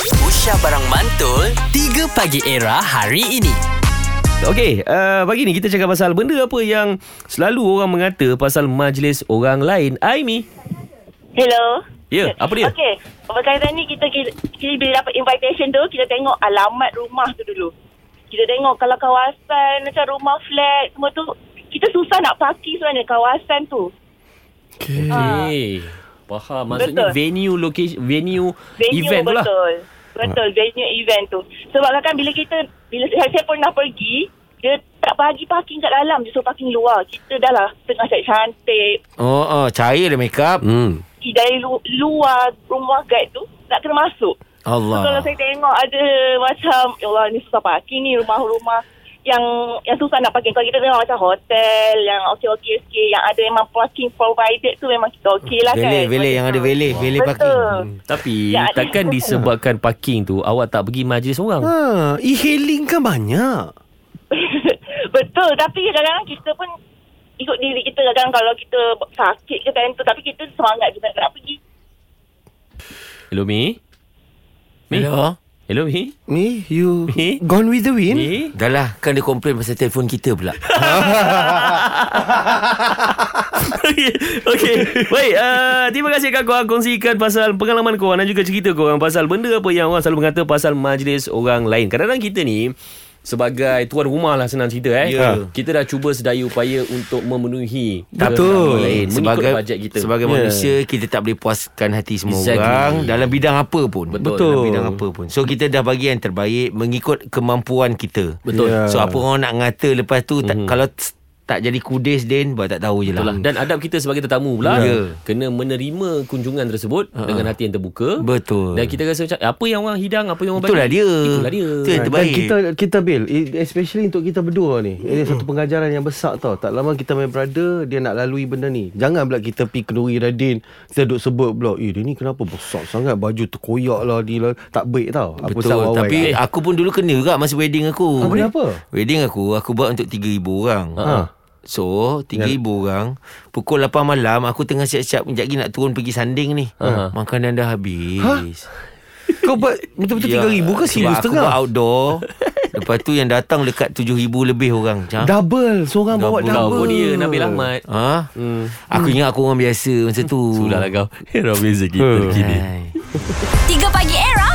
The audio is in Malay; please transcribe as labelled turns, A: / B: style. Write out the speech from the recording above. A: Aisyah Barang Mantul 3 Pagi Era hari ini
B: Okey, uh, pagi ni kita cakap pasal benda apa yang selalu orang mengata pasal majlis orang lain. Aimi.
C: Hello.
B: Ya, apa dia?
C: Okey, berkaitan ni kita, kita, kita bila dapat invitation tu, kita tengok alamat rumah tu dulu. Kita tengok kalau kawasan macam rumah flat semua tu, kita susah nak parking sebenarnya kawasan tu.
B: Okey. Okay. Faham. Maksudnya
C: Ah. Betul.
B: venue location venue,
C: Venue
B: event tu lah.
C: betul. Betul, venue event tu. Sebab kadang bila kita, bila saya, saya pernah pergi, dia tak bagi parking kat dalam, dia suruh parking luar. Kita dah lah tengah cantik,
D: Oh, oh cair dia make up. Hmm.
C: dari lu, luar rumah guide tu, nak kena masuk. So, kalau
D: Allah.
C: lah, saya tengok ada macam Ya Allah ni susah parking ni rumah-rumah yang yang susah nak parking kalau kita tengok macam hotel yang okey okey okey yang ada memang parking provided tu memang kita okey lah
D: Vele,
C: kan
D: vele yang ada vele, vele
C: Betul.
D: parking. Hmm.
B: Tapi
C: Ya, ada.
B: takkan disebabkan parking tu awak tak pergi majlis orang.
C: Ah.
D: Ha, e-hailing kan banyak.
C: betul tapi kadang-kadang kita pun ikut diri kita kadang kalau kita sakit ke time tu tapi kita semangat juga nak pergi
B: Hello Mi. Mi.
E: Hello?
B: Hello Mi.
D: Me, you
B: Me?
D: gone with the wind?
B: Mi.
E: Dah lah, kan dia komplain pasal telefon kita pula.
B: Okey. Baik, uh, terima kasih Kak korang kongsikan pasal pengalaman korang dan juga cerita korang pasal benda apa yang orang selalu mengata pasal majlis orang lain. Kadang-kadang kita ni sebagai tuan rumah lah senang cerita eh.
D: Ya.
B: Kita dah cuba sedaya upaya untuk memenuhi kehendak
D: Betul.
B: orang lain,
E: sebagai
B: mengikut bajet kita.
E: yeah.
D: Ya.
E: manusia, kita tak boleh puaskan hati semua
B: Exactly.
E: exactly. orang.
D: Dalam bidang apa pun. Dalam
B: Betul.
E: Dalam
D: bidang
E: bidang
D: apa.
E: apa pun. So, kita dah bagi yang terbaik mengikut kemampuan kita.
B: Betul.
D: Ya.
E: So, apa orang nak ngata lepas tu, tak, kalau t- tak jadi kudis, Din, buat tak tahu je
B: Betul
E: lah.
B: lah. Dan adab kita sebagai tetamu pula
E: Ya.
B: kena menerima kunjungan tersebut dengan hati yang terbuka.
E: Betul.
B: Dan kita rasa macam eh, apa yang orang hidang, apa yang orang
E: Itulah
B: bagi.
E: dia.
B: Itulah dia.
E: Itu
F: Eh,
E: yang
F: Dan
E: terbaik.
F: kita kita Bil i- especially untuk kita berdua ni. Ini satu pengajaran yang besar tau. Tak lama kita main brother dia nak lalui benda ni. Jangan pula kita pi kenduri Radin. Kita duduk sebut pula, "Eh dia ni kenapa besar sangat baju terkoyak lah ni lah." Tak baik tau. Apa
E: Betul
F: salah awal. kan?
E: Tapi eh. aku pun dulu kena juga Masa wedding aku
F: Ah, kenapa?
E: Wedding aku Aku buat untuk 3,000 orang
F: Ha.
E: So 3,000 orang Pukul 8 malam Aku tengah siap-siap Sekejap lagi nak turun pergi sanding ni Makanan dah habis
F: Ha? kau buat betul-betul
E: Ya,
F: 3000 ke
E: sebab
F: serius
E: Aku buat
F: tengah?
E: outdoor Lepas tu yang datang Dekat 7,000 lebih orang Macam
F: Double, seorang bawa
E: Double.
B: Kau
F: double.
B: pun dia Nabil Ahmad.
E: Ha? Aku ingat aku orang biasa Masa tu
B: Sudahlah lah kau. Hero beza kita
E: Ha.
B: kini.
E: Hai.
G: 3 Pagi Era